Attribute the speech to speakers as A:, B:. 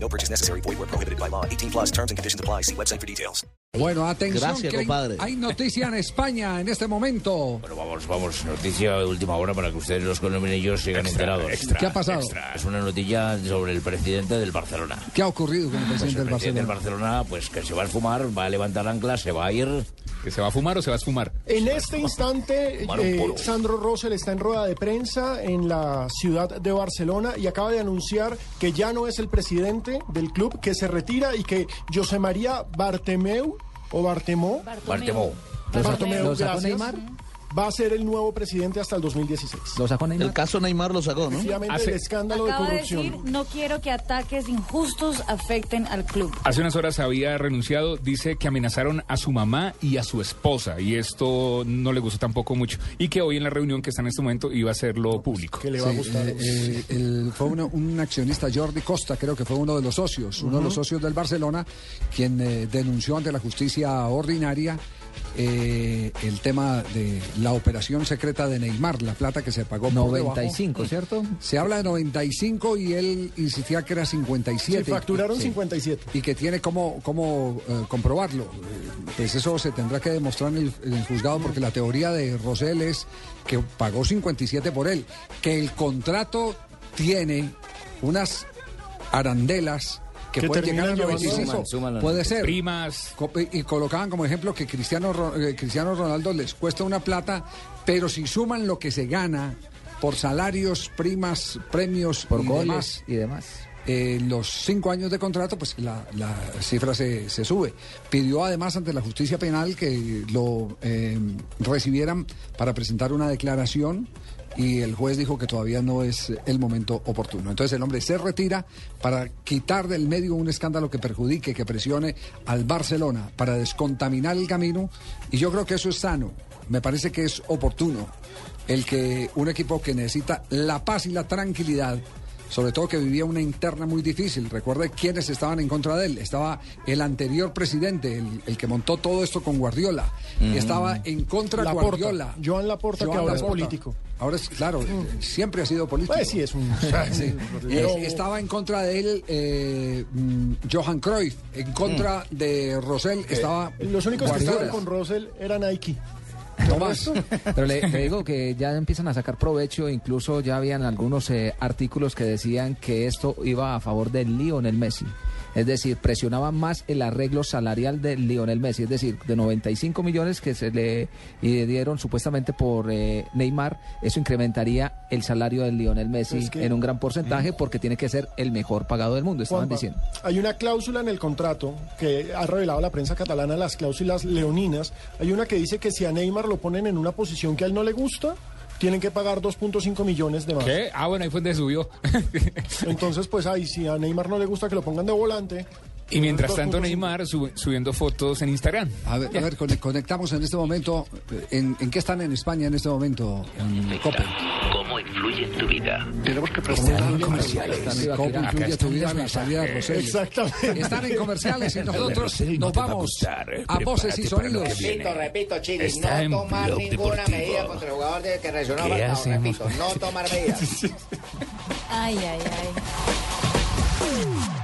A: No purchase necessary. Void where prohibited by law. 18 plus terms and conditions apply. See website for details.
B: Bueno, atención.
C: Gracias,
B: que hay-
C: compadre.
B: Hay noticia en España en este momento.
D: Bueno, vamos, vamos. Noticia de última hora para que ustedes, los colombianos, sigan enterados.
B: ¿Qué ha pasado?
D: Es una noticia sobre el presidente del Barcelona.
B: ¿Qué ha ocurrido con el
D: Pues
B: presidente
D: el
B: del
D: presidente del
B: Barcelona?
D: Barcelona, pues que se va a esfumar, va a levantar ancla, se va a ir.
E: ¿Que se va a fumar o se va a esfumar?
F: En este instante,
D: Tomaron
F: eh,
D: puro.
F: Sandro Rosell está en rueda de prensa en la ciudad de Barcelona y acaba de anunciar que ya no es el presidente del club, que se retira y que José María Bartemeu o Bartemó,
D: Bartemó.
F: Bartomeu,
B: ¿Lo sacó
F: gracias,
B: Neymar?
F: va a ser el nuevo presidente hasta el 2016.
B: ¿Lo sacó
C: El
B: Neymar?
C: caso Neymar lo sacó, ¿no?
F: Efectivamente,
E: Hace-
F: el escándalo de
G: Acaba de
F: corrupción.
G: decir, no quiero que ataques injustos afecten al club.
E: Hace unas horas había renunciado, dice que amenazaron a su mamá y a su esposa y esto no le gustó tampoco mucho y que hoy en la reunión que está en este momento iba a hacerlo público.
F: que le va a gustar.
B: Eh, eh, el- fue uno- un accionista, Jordi Costa, creo que fue uno de los socios, uno de los socios del Barcelona, quien eh, denunció ante la justicia ordinaria eh, el tema de la operación secreta de Neymar, la plata que se pagó por debajo.
C: 95, ¿cierto?
B: Se habla de 95 y él insistía que era 57.
F: Sí, facturaron
B: Sí.
F: 57.
B: y que tiene cómo, cómo eh, comprobarlo. Eh, Pues eso se tendrá que demostrar en el, en el juzgado porque la teoría de Rosell es que pagó 57 por él, que el contrato tiene unas arandelas que,
F: Que
B: pueden llegar a
F: terminan llevando-
B: 95.
D: Suman, suman las
B: Puede ser.
E: Primas,
B: Co- eh, Y colocaban como ejemplo que Cristiano, Ro- eh, Cristiano Ronaldo les cuesta una plata, pero si suman lo que se gana por salarios, primas, premios
C: Por
B: y
C: goles
B: demás,
C: y demás.
B: eh, los cinco años de contrato, pues la, la cifra se, se sube. Pidió además ante la justicia penal que lo eh, recibieran para presentar una declaración y el juez dijo que todavía no es el momento oportuno. Entonces el hombre se retira para quitar del medio un escándalo que perjudique, que presione al Barcelona, para descontaminar el camino y yo creo que eso es sano, me parece que es oportuno el que un equipo que necesita la paz y la tranquilidad sobre todo que vivía una interna muy difícil. Recuerde quiénes estaban en contra de él. Estaba el anterior presidente, el, el que montó todo esto con Guardiola. Estaba en contra de
F: Laporta,
B: Guardiola.
F: Joan Laporta, que ahora es político. Mm.
B: Ahora es, claro, siempre ha sido político.
F: Pues sí, es un...
B: Sí. Eh,
F: Pero-
B: estaba en contra de él eh, mm, Johan Cruyff, en contra de Rosell estaba
F: eh, Los únicos que estaban
B: Guardiola.
F: con Russell eran Nike.
B: No más.
C: Pero le, le digo que ya empiezan a sacar provecho, incluso ya habían algunos eh, artículos que decían que esto iba a favor de Lionel Messi. Es decir, presionaba más el arreglo salarial de Lionel Messi, es decir, de 95 millones que se le y dieron supuestamente por eh, Neymar, eso incrementaría el salario de Lionel Messi
F: Es que- eh,
C: en un gran porcentaje porque tiene que ser el mejor pagado del mundo, estaban
F: Juanpa,
C: diciendo.
F: Hay una cláusula en el contrato que ha revelado la prensa catalana, las cláusulas leoninas. Hay una que dice que si a Neymar lo ponen en una posición que a él no le gusta, tienen que pagar 2.5 millones de más.
E: ¿qué? Ah, bueno, ahí fue donde subió.
F: Entonces, pues ahí, si a Neymar no le gusta que lo pongan de volante.
E: y mientras tanto
F: 2.5.
E: Neymar sub- subiendo fotos en Instagram.
B: A ver, a ver, con- conectamos en este momento. eh, ¿En, en qué están en España en este momento? En Cope.
H: ¿Cómo influye en tu vida?
B: Tenemos que presentar comerciales.
C: Acá
B: Cope
C: están
B: incluye tu vida en la
E: los
B: salida de Rosell.
F: Exactamente.
B: Están en comerciales y nosotros
D: Rosell no
B: nos
D: te va a
B: vamos
D: gustar, eh.
B: a voces y
D: Prepárate para lo
B: sonidos.
D: que viene.
I: Repito, repito, Chile,
D: Está en
I: no tomar
D: Blog
I: ninguna
D: Deportivo.
I: medida contra el jugador de que reaccionó
D: ¿Qué
I: Falcao,
D: hacemos?
I: repito, no tomar medidas.
G: Ay, ay, ay.